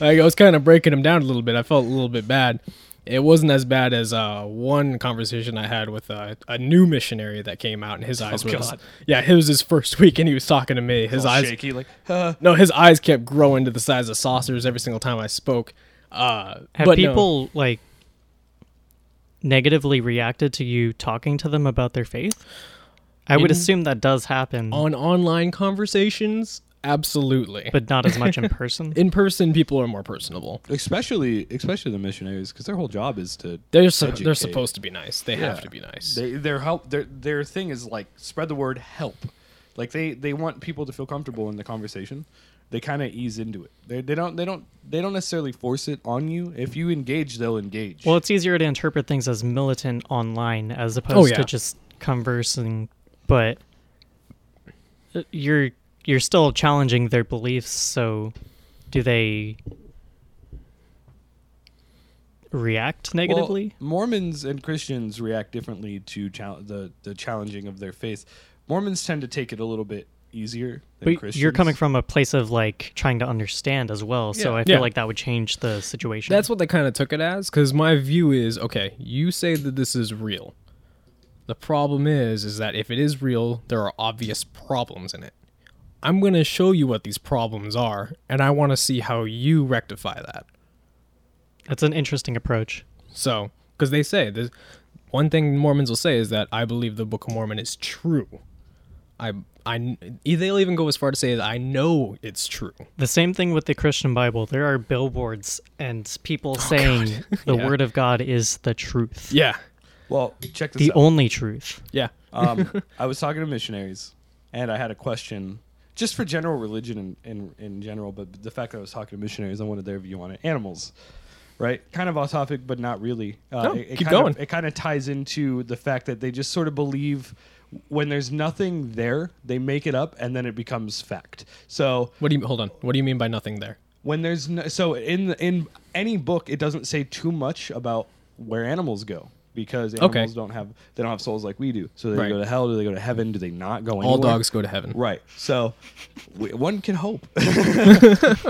like I was kind of breaking him down a little bit. I felt a little bit bad. It wasn't as bad as uh, one conversation I had with a, a new missionary that came out, and his eyes were just, Oh, God. yeah, it was his first week, and he was talking to me. His eyes, Shaky, like no, his eyes kept growing to the size of saucers every single time I spoke. Uh, Have but no. people like negatively reacted to you talking to them about their faith? I would In- assume that does happen, on online conversations? Absolutely, but but not as much in person. in person, people are more personable. especially especially the missionaries because their whole job is to They're su- they're Educate. supposed to be nice. They have Yeah. to be nice. they, their help. Their their thing is like spread the word help. Like they they want people to feel comfortable in the conversation. They kind of ease into it. They, they don't they don't they don't necessarily force it on you. If you engage, they'll engage. Well, it's easier to interpret things as militant online as opposed Oh, yeah. to just conversing, but uh, you're you're still challenging their beliefs, so do they react Well, negatively? Mormons and Christians react differently to chal- the the challenging of their faith. Mormons tend to take it a little bit easier than but Christians. you're coming from a place of like trying to understand as well, so Yeah. I feel Yeah. like that would change the situation. That's what they kind of took it as, because my view is okay. You say that this is real. The problem is, is that if it is real, there are obvious problems in it. I'm going to show you what these problems are, and I want to see how you rectify that. that's an interesting approach. So, because they say this, one thing Mormons will say is that I believe the Book of Mormon is true. I, I, e, they'll even go as far to say that I know it's true. The same thing with the Christian Bible. There are billboards and Oh, people saying the Yeah. word of God is the truth. Yeah, Well, check this the out. only truth. yeah. um, I was talking to missionaries, and I had a question just for general religion in, in, in general, but the fact that I was talking to missionaries, I wanted their view on it. Animals, right? Kind of off topic, but not really. Uh, No, it, it keep kind going. Of, it kind of ties into the fact that they just sort of believe when there's nothing there, they make it up, and then it becomes fact. So What do you hold on? What do you mean by nothing there? when there's no, so in in any book it doesn't say too much about where animals go because animals Okay. don't have they don't have souls like we do so do they Right. go to hell do they go to heaven do they not go anywhere All dogs go to heaven. right so we, one can hope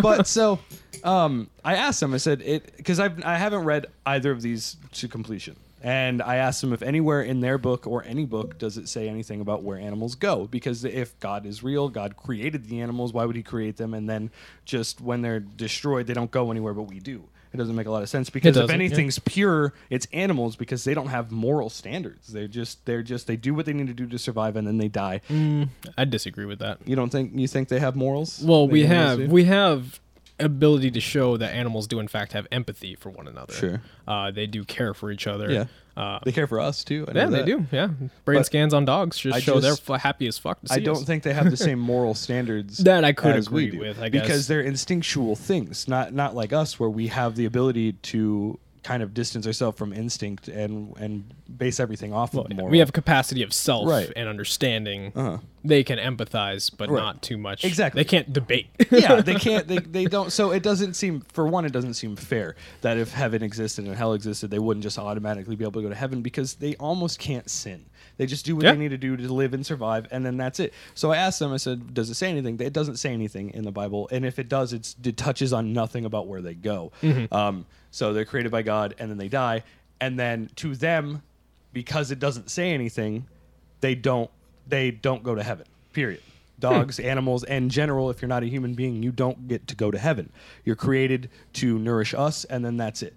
but so um, I asked them I said it because I I haven't read either of these to completion and I asked them if anywhere in their book or any book does it say anything about where animals go because if God is real God created the animals why would he create them and then just when they're destroyed they don't go anywhere but we do it doesn't make a lot of sense because if doesn't, yeah. anything's pure it's animals because they don't have moral standards they're just they're just they do what they need to do to survive and then they die Mm. I disagree with that. you don't think you think they have morals? Well, They we think animals have do? we have ability to show that animals do in fact have empathy for one another. Sure. Uh, they do care for each other. Yeah. Uh, they care for us too. I know yeah, they that. do. Yeah. Brain But scans on dogs just I show just- they're f- happy as fuck. To see I don't us. think they have the same moral standards That I could as we agree do, with, I guess. because they're instinctual things, not not like us where we have the ability to kind of distance ourselves from instinct and and base everything off of moral. we have capacity of self Right. Uh-huh. and understanding. They can empathize, but not too much. Exactly. They can't debate. yeah, they can't. They, they don't. So it doesn't seem. For one, it doesn't seem fair that if heaven existed and hell existed, they wouldn't just automatically be able to go to heaven because they almost can't sin. They just do what Yeah. they need to do to live and survive, and then that's it. So I asked them. I said, "Does it say anything?" It doesn't say anything in the Bible, and if it does, it's, it touches on nothing about where they go. Um, so they're created by God, and then they die, and then to them, because it doesn't say anything, they don't they don't go to heaven. Period. Dogs, animals, and general, if you're not a human being, you don't get to go to heaven. You're created to nourish us, and then that's it.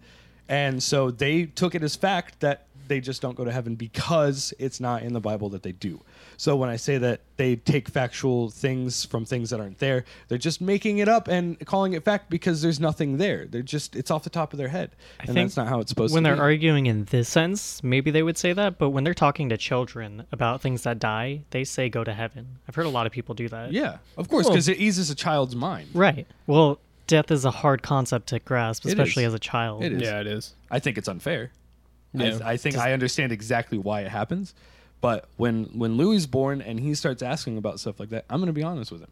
And so they took it as fact that they just don't go to heaven because it's not in the Bible that they do. So when I say that they take factual things from things that aren't there, they're just making it up and calling it fact because there's nothing there. They're just it's off the top of their head, and think that's not how it's supposed When to they're be. arguing in this sense, maybe they would say that, but when they're talking to children about things that die, they say go to heaven. I've heard a lot of people do that. yeah, of course, because it eases a child's mind. Right. Well, death is a hard concept to grasp, especially is. as a child. It is. yeah, it is. I think it's unfair. Yeah. I, I think I understand exactly why it happens. But when when Louis born and he starts asking about stuff like that, I'm going to be honest with him.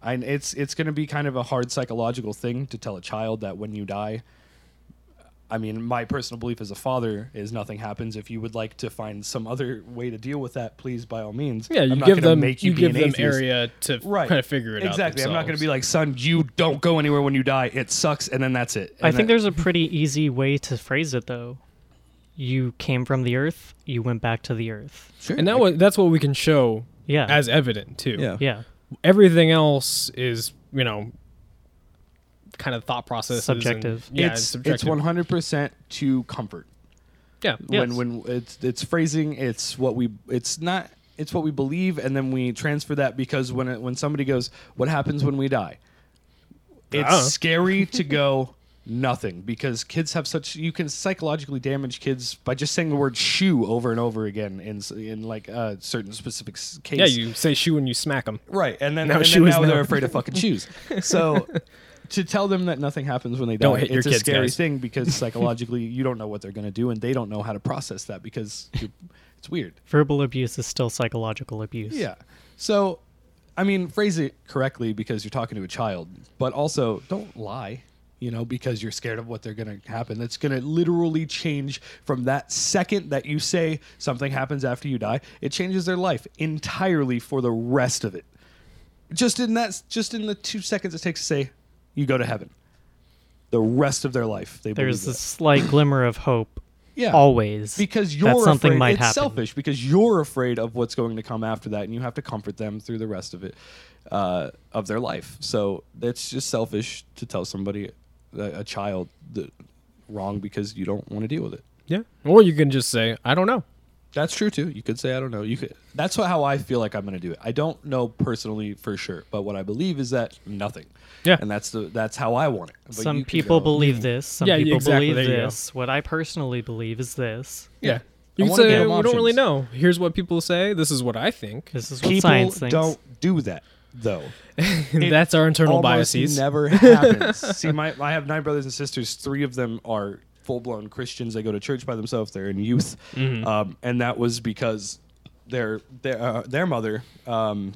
I, it's it's going to be kind of a hard psychological thing to tell a child that when you die, I mean, my personal belief as a father is nothing happens. If you would like to find some other way to deal with that, please, by all means. Yeah, I'm you not give gonna them make you, be give an them atheist. area to Right. kind of figure it out. Exactly. I'm not going to be themselves. like, son, you don't go anywhere when you die. It sucks, and then that's it. I And think that- there's a pretty easy way to phrase it though. You came from the earth, you went back to the earth. Sure. and that was that's what we can show Yeah. as evident too. yeah. yeah. Everything else is you know kind of thought process Subjective. yeah, it's, it's subjective. it's 100 percent to comfort. Yeah. Yes. When when it's it's phrasing, it's what we it's not it's what we believe, and then we transfer that because when it, when somebody goes, what happens when we die? It's Ah. scary to go nothing because kids have such you can psychologically damage kids by just saying the word shoe over and over again in s- in like a certain specific s- case. Yeah, you say shoe and you smack them. Right, and then Now and then shoe is now now. they're afraid of fucking shoes. So to tell them that nothing happens when they die, Don't it's hit your a kids, scary guys. thing because psychologically you don't know what they're going to do, and they don't know how to process that because you're, it's weird. Verbal abuse is still psychological abuse. Yeah. So, I mean, phrase it correctly because you're talking to a child, but also don't lie, you know, because you're scared of what they're going to happen. That's going to literally change from that second that you say something happens after you die. It changes their life entirely for the rest of it. Just in that, just in the two seconds it takes to say, you go to heaven. The rest of their life, they There's believe this slight glimmer of hope that. yeah always. because you're that something afraid, might it's happen. selfish because you're afraid of what's going to come after that and you have to comfort them through the rest of it uh, of their life so that's just selfish to tell somebody a, a child the wrong because you don't want to deal with it Yeah. Or you can just say, I don't know. that's true too you could say i don't know you could that's what, how i feel like i'm going to do it i don't know personally for sure but what i believe is that nothing Yeah. and that's the that's how i want it But some you could people go, believe this, some Yeah, people exactly, believe there you go. this. What I personally believe is this. Yeah. I You can wanna say give we 'em don't really options. know. Here's what people say. This is what I think. This is what people science thinks. don't do that though That's our internal almost biases. Never happens. See, my I have nine brothers and sisters. Three of them are full blown Christians. They go to church by themselves. They're in youth, Mm-hmm. um, and that was because their their uh, their mother. Um,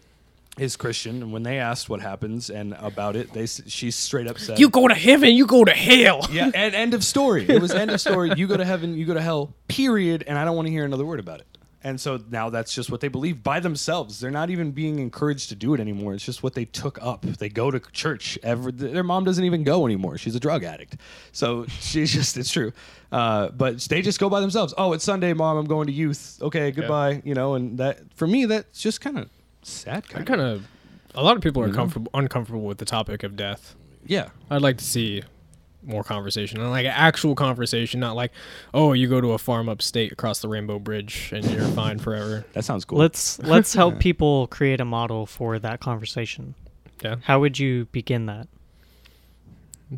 is Christian, and when they asked what happens and about it, they s- she straight up said, go to heaven, you go to hell. yeah, and end of story. It was end of story. You go to heaven, you go to hell, period. And I don't want to hear another word about it. And so now that's just what they believe by themselves. They're not even being encouraged to do it anymore. It's just what they took up. They go to church. Every, their mom doesn't even go anymore. She's a drug addict. So she's just, it's true. Uh, but they just go by themselves. Oh, it's Sunday, mom. I'm going to youth. Okay, goodbye. You know, and that, for me, that's just kind of sad. I'm Kind of. kind of. A lot of people are comfortable, uncomfortable with the topic of death. Yeah. I'd like to see more conversation, and like actual conversation, not like, oh, you go to a farm upstate across the Rainbow Bridge and you're fine forever. That sounds cool. Let's let's help people create a model for that conversation. Yeah. How would you begin that?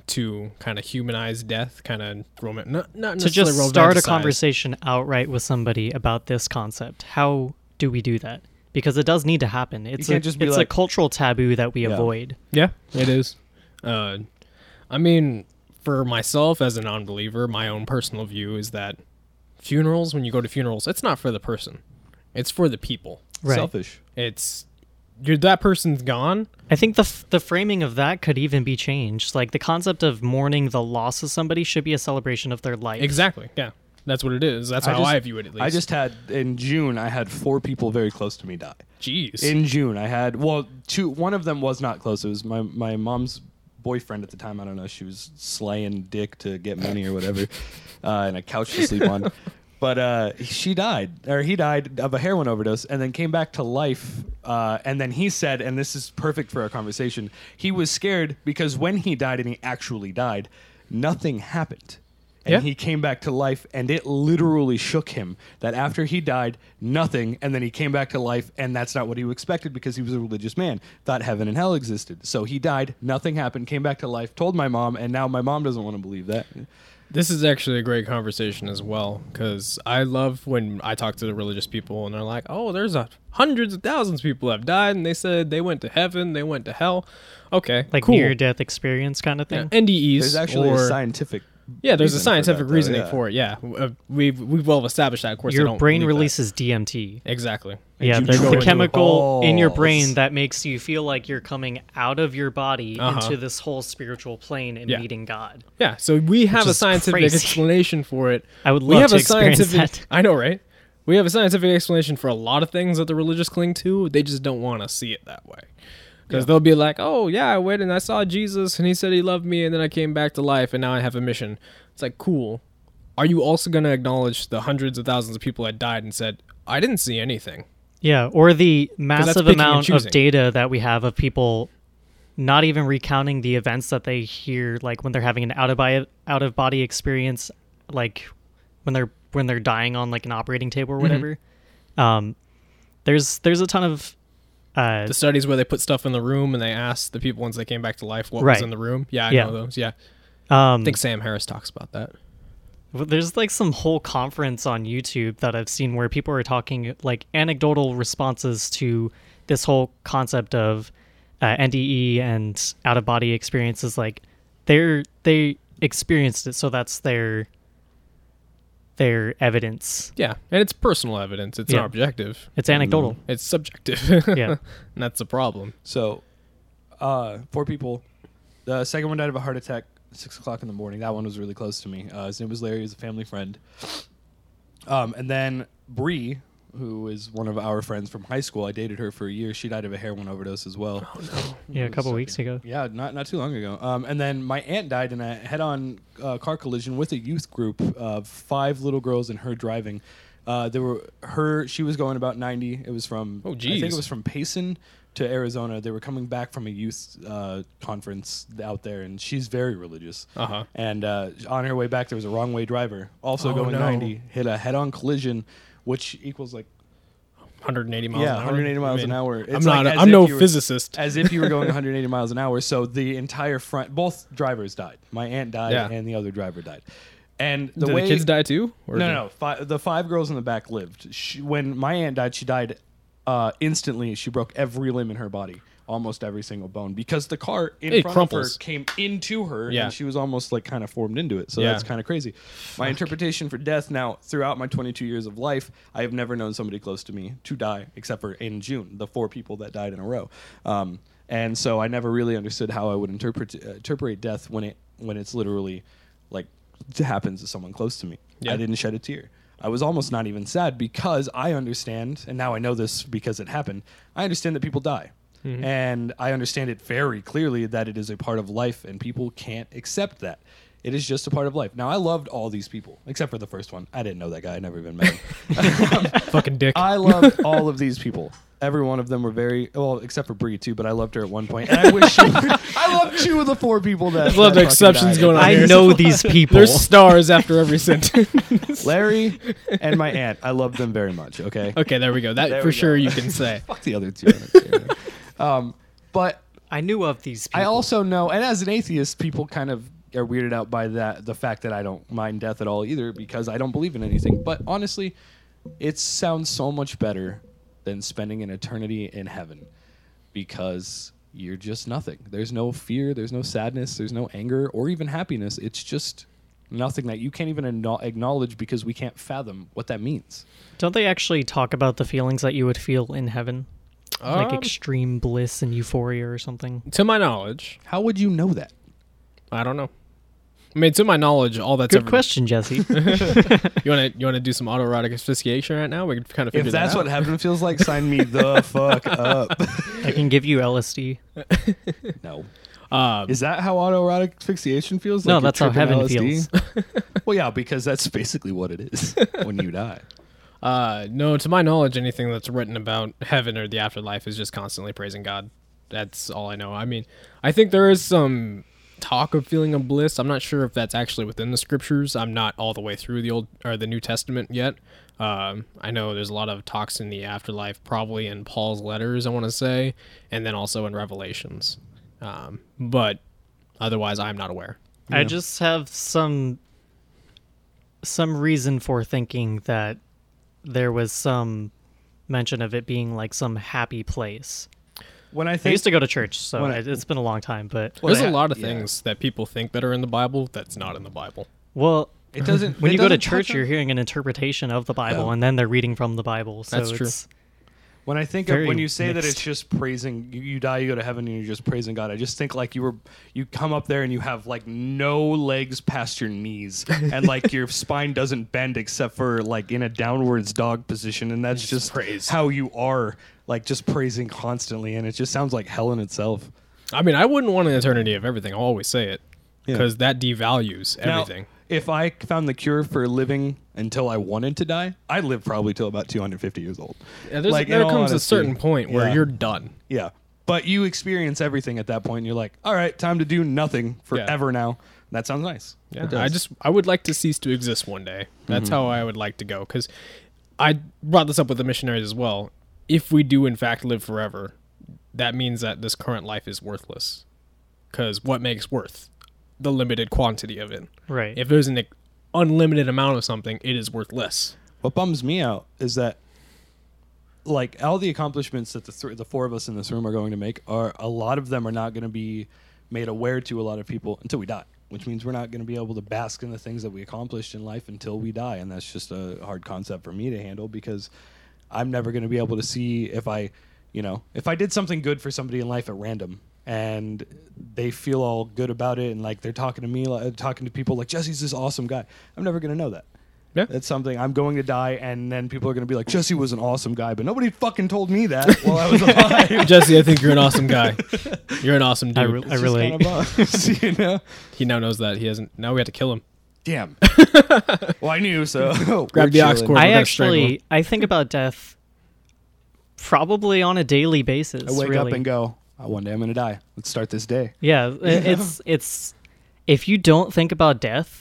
To kind of humanize death, kind of roman, not not To just necessarily start a romanticize. conversation outright with somebody about this concept. How do we do that? Because it does need to happen. It's a, can't just be it's a like- cultural taboo that we Yeah. avoid. Yeah, it is. Uh, I mean, for myself as a non-believer, my own personal view is that funerals, when you go to funerals, it's not for the person, it's for the people. Right. Selfish. It's you're that person's gone. I think the f- the framing of that could even be changed. Like the concept of mourning the loss of somebody should be a celebration of their life. Exactly. Yeah, that's what it is. That's how I view it at least. I just had in June. I had four people very close to me die. jeez. In June, I had well, two. One of them was not close. It was my my mom's boyfriend at the time. I don't know. She was slaying dick to get money or whatever, uh, and a couch to sleep on. But uh, she died, or he died of a heroin overdose, and then came back to life. Uh, and then he said, and this is perfect for our conversation. He was scared because when he died, and he actually died, nothing happened and Yeah. he came back to life and it literally shook him that after he died nothing and then he came back to life and that's not what he expected because he was a religious man thought heaven and hell existed so he died nothing happened came back to life told my mom and now my mom doesn't want to believe that This is actually a great conversation as well because I love when I talk to the religious people and they're like, "Oh, there's a, hundreds of thousands of people have died and they said they went to heaven, they went to hell." Okay, Like cool. near death experience kind of Yeah, thing. NDEs there's actually or a scientific Yeah, there's reason a for scientific that, though, reasoning yeah. for it. Yeah, W- uh, we've we've well established that. Of course, I your don't brain believe that. releases DMT. exactly. yeah, you the, go the into- chemical in your brain Balls. that makes you feel like you're coming out of your body Uh-huh. into this whole spiritual plane and Yeah. meeting God. Yeah, so we have a is scientific crazy. explanation for it. I would we love have to a experience scientific. that. I know, right? We have a scientific explanation for a lot of things that the religious cling to. They just don't want to see it that way, because they'll be like, "Oh yeah, I went and I saw Jesus, and he said he loved me, and then I came back to life, and now I have a mission." It's like, cool. Are you also going to acknowledge the hundreds of thousands of people that died and said, "I didn't see anything"? Yeah, or the that's massive picking and amount of choosing. data that we have of people not even recounting the events that they hear like when they're having an out of bi- out of body experience like when they're when they're dying on like an operating table or Mm-hmm. whatever. Um there's there's a ton of uh The studies where they put stuff in the room and they asked the people once they came back to life what Right. was in the room. Yeah, I Yeah. know those. Yeah, um I think Sam Harris talks about that. Well, there's like some whole conference on YouTube that I've seen where people are talking like anecdotal responses to this whole concept of uh, NDE and out of body experiences. Like they're they experienced it, so that's their their evidence. Yeah, and it's personal evidence. It's Yeah. not objective. It's anecdotal. It's subjective. Yeah. and that's the problem. So, uh, four people. The second one died of a heart attack, six o'clock in the morning. That one was really close to me. Uh, his name was Larry. He's a family friend. Um, and then Bree, who is one of our friends from high school, I dated her for a year. She died of a heroin overdose as well. Yeah, a couple weeks ago. Yeah, not not too long ago. Um, and then my aunt died in a head-on uh, car collision with a youth group of five little girls and her driving. Uh, there were her. She was going about ninety. It was from. Oh, I think geez. it was from Payson to Arizona. They were coming back from a youth uh, conference out there, and she's very religious. Uh-huh. And uh, on her way back, there was a wrong way driver, also Oh, going no. ninety, hit a head-on collision, which equals like 180 miles. yeah, an hour. 180 miles I an mean, hour. I'm It's not. like as I'm if no you were- physicist. as if you were going 180 miles an hour. So the entire front, both drivers died. My aunt died, Yeah. and the other driver died. And the Did the way kids die too? Or No, no, no. Fi- the five girls in the back lived. She, when my aunt died, she died uh, instantly. She broke every limb in her body, almost every single bone, because the car in It front of crumples. her came into her, Yeah. and she was almost like kind of formed into it. So Yeah. that's kind of crazy. My interpretation for death now, throughout my 22 years of life, I have never known somebody close to me to die, except for in June, the four people that died in a row. Um, and so I never really understood how I would interpret uh, interpret death when it when it's literally like happens to someone close to me. Yeah. I didn't shed a tear. I was almost not even sad because I understand, and now I know this because it happened. I understand that people die. Mm-hmm. And I understand it very clearly that it is a part of life, and people can't accept that. It is just a part of life. Now, I loved all these people, except for the first one. I didn't know that guy. I never even met him. fucking dick. I loved all of these people. Every one of them were very well, except for Bree too. But I loved her at one point, and I wish she would, I loved two of the four people that. There's a lot of that fucking exceptions died. going on. I here. know these people. There's stars after every sentence. Larry and my aunt. I loved them very much. Okay. okay, there we go. That There for we sure go. you can say. Fuck the other two. I don't care. um, but I knew of these people. I also know, and as an atheist, people kind of are weirded out by that the fact that I don't mind death at all either because I don't believe in anything. But honestly, it sounds so much better than spending an eternity in heaven because you're just nothing. There's no fear, there's no sadness, there's no anger or even happiness. It's just nothing that you can't even acknow- acknowledge because we can't fathom what that means. Don't they actually talk about the feelings that you would feel in heaven? like Um, extreme bliss and euphoria or something. to my knowledge, How would you know that? I don't know. I mean, to my knowledge, all that's Good ever- question, Jesse. You want to you want to do some autoerotic asphyxiation right now? We could kind of figure If that's that out. what heaven feels like, sign me the fuck up. I can give you LSD. No. Um, Is that how autoerotic asphyxiation feels? No, Like you're that's how tripping heaven LSD? well, yeah, because that's basically what it is when you die. Uh, no, to my knowledge, anything that's written about heaven or the afterlife is just constantly praising God. That's all I know. I mean, I think there is some talk of feeling of bliss. I'm not sure if that's actually within the scriptures. I'm not all the way through the old or the New Testament yet. Um, I know there's a lot of talks in the afterlife, probably in Paul's letters, I want to say, and then also in Revelations. Um, but otherwise, I'm not aware. I just have some some reason for thinking that there was some mention of it being like some happy place. When I I think used to go to church, so When I- it, it's been a long time, but Well, there's yeah, a lot of yeah. things that people think that are in the Bible that's not in the Bible. Well, It doesn't. when it you go to doesn't church, touch on- you're hearing an interpretation of the Bible, Yeah. and then they're reading from the Bible. So That's true. it's, When I think of Very when you say that it's mixed. just praising, you, you die, you go to heaven, and you're just praising God. I just think like you were, you come up there and you have like no legs past your knees, and like your spine doesn't bend except for like in a downwards dog position, and that's just, praise. how you are, like just praising constantly, and it just sounds like hell in itself. I mean, I wouldn't want an eternity of everything. I'll always say it because that devalues Now, everything. if I found the cure for living until I wanted to die, I'd live probably till about 250 years old. Yeah, there's, Like, in there all comes a honesty. certain point where Yeah. you're done. Yeah. But you experience everything at that point, and you're like, all right, time to do nothing forever now. That sounds nice. Yeah, I just I would like to cease to exist one day. That's how I would like to go because I brought this up with the missionaries as well. If we do in fact live forever, that means that this current life is worthless. Because what makes worth the limited quantity of it? right. If there's an e, unlimited amount of something, it is worthless. What bums me out is that, like, all the accomplishments that the thr the four of us in this room are going to make are a lot of them are not going to be made aware to a lot of people until we die, which means we're not going to be able to bask in the things that we accomplished in life until we die, and that's just a hard concept for me to handle because I'm never going to be able to see if I, you know, if I did something good for somebody in life at random and they feel all good about it and like they're talking to me, like, talking to people like Jesse's this awesome guy. I'm never going to know that. Yeah. That's something I'm going to die, and then people are going to be like, Jesse was an awesome guy, but nobody fucking told me that while I was alive. Jesse, I think you're an awesome guy. You're an awesome dude. I, re- I relate. Kind of bums, you know? he now knows that he hasn't. Now we have to kill him. Damn. well, I knew, so. Grab the ox cord. I we're gonna strangle him. actually I think about death probably on a daily basis. I wake really. up and go, "Oh, one day I'm going to die. Let's start this day. Yeah, i- it's it's if you don't think about death,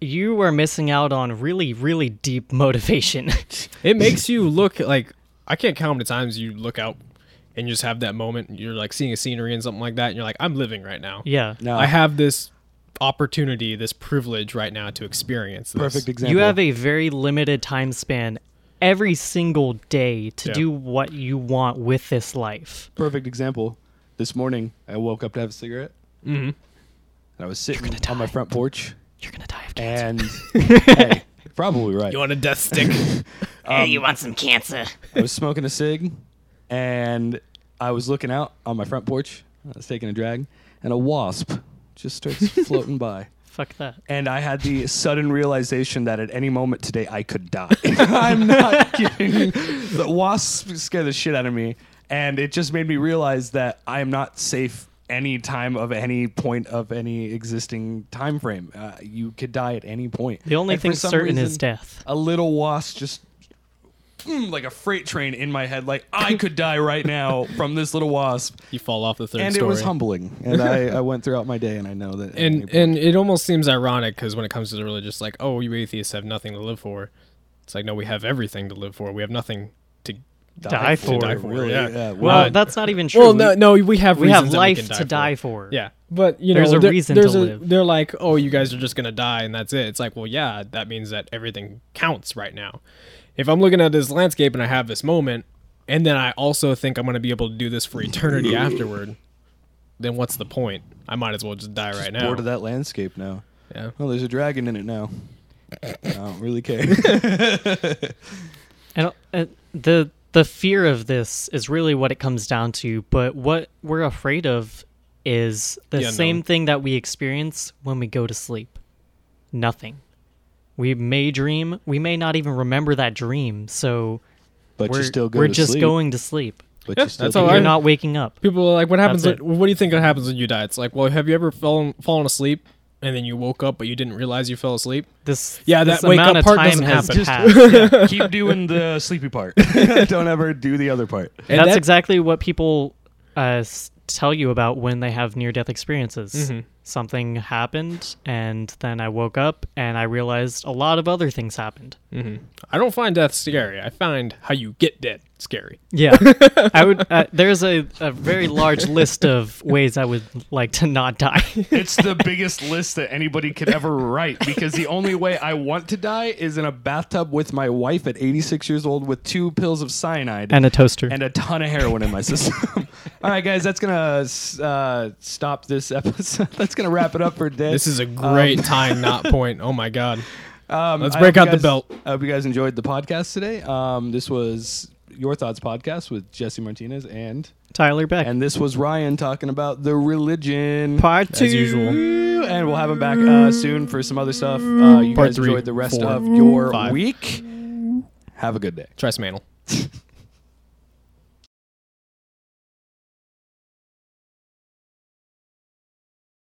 you are missing out on really really deep motivation. It makes you look like I can't count how many times you look out and you just have that moment. And you're like seeing a scenery and something like that, and you're like, I'm living right now. yeah. No, I have this opportunity, this privilege right now to experience this. perfect example. You have a very limited time span every single day to Yeah. do what you want with this life. perfect example. This morning, I woke up to have a cigarette. Mm-hmm. And I was sitting on my front porch, You're going to die of cancer. and hey, you're probably right. You want a death stick? hey, you want some cancer? I was smoking a cig, and I was looking out on my front porch. I was taking a drag, and a wasp just starts floating by. Fuck that. And I had the sudden realization that at any moment today I could die. I'm not kidding. The wasps scare the shit out of me, and it just made me realize that I am not safe any time of any point of any existing time frame. Uh, you could die at any point. The only And for thing some certain is reason, death. a little wasp just mm, like a freight train in my head like i could die right now from this little wasp you fall off the third and story. it was humbling and I, I went throughout my day and i know that at any And point- and it almost seems ironic because when it comes to the religious, like, oh, you atheists have nothing to live for. It's like, no, we have everything to live for. We have nothing to die for. die for, really yeah. well, Well, Uh, that's not even true. Well, no, no, we have we have reasons that we can life die to for. die for. Yeah, but you know, There's a there- reason there's to a- live. They're like, oh, you guys are just gonna die and that's it. It's like, well, yeah, that means that everything counts right now. If I'm looking at this landscape and I have this moment, and then I also think I'm gonna be able to do this for eternity afterward, then what's the point? I might as well just die right now. bored of that landscape now Yeah. well there's a dragon in it now i don't really care And uh, the the fear of this is really what it comes down to. But what we're afraid of is the The same unknown. thing that we experience when we go to sleep. Nothing. We may dream. We may not even remember that dream. So but we're you still go we're to just sleep, going to sleep. but Yeah, you still that's go all to I- You're sleep. not waking up. People are like, what happens? That's When, what do you think happens when you die? It's like, well, have you ever fallen fallen asleep and then you woke up but you didn't realize you fell asleep? This Yeah, this that wake amount up of part time doesn't has happen. passed. keep doing the sleepy part don't ever do the other part And That's that- exactly what people uh, s- tell you about when they have near death experiences. Something happened, and then I woke up and I realized a lot of other things happened. I don't find death scary. I find how you get dead scary. Yeah, I would. Uh, there's a, a very large list of ways I would like to not die. It's the biggest list that anybody could ever write because the only way I want to die is in a bathtub with my wife at 86 years old with two pills of cyanide and a toaster. and a ton of heroin in my system. All right, guys, that's going to uh, stop this episode. That's that's gonna wrap it up for today. This is a great tying knot point. Oh my god. Um, Let's I break hope you out the guys- belt. I hope you guys enjoyed the podcast today. Um, this was your thoughts podcast with Jesse Martinez and Tyler Beck. and this was Ryan talking about the religion. part two. As usual. and we'll have him back uh, soon for some other stuff. Uh, you Part guys three, enjoyed the rest four, of your five. week. Have a good day. Try some anal.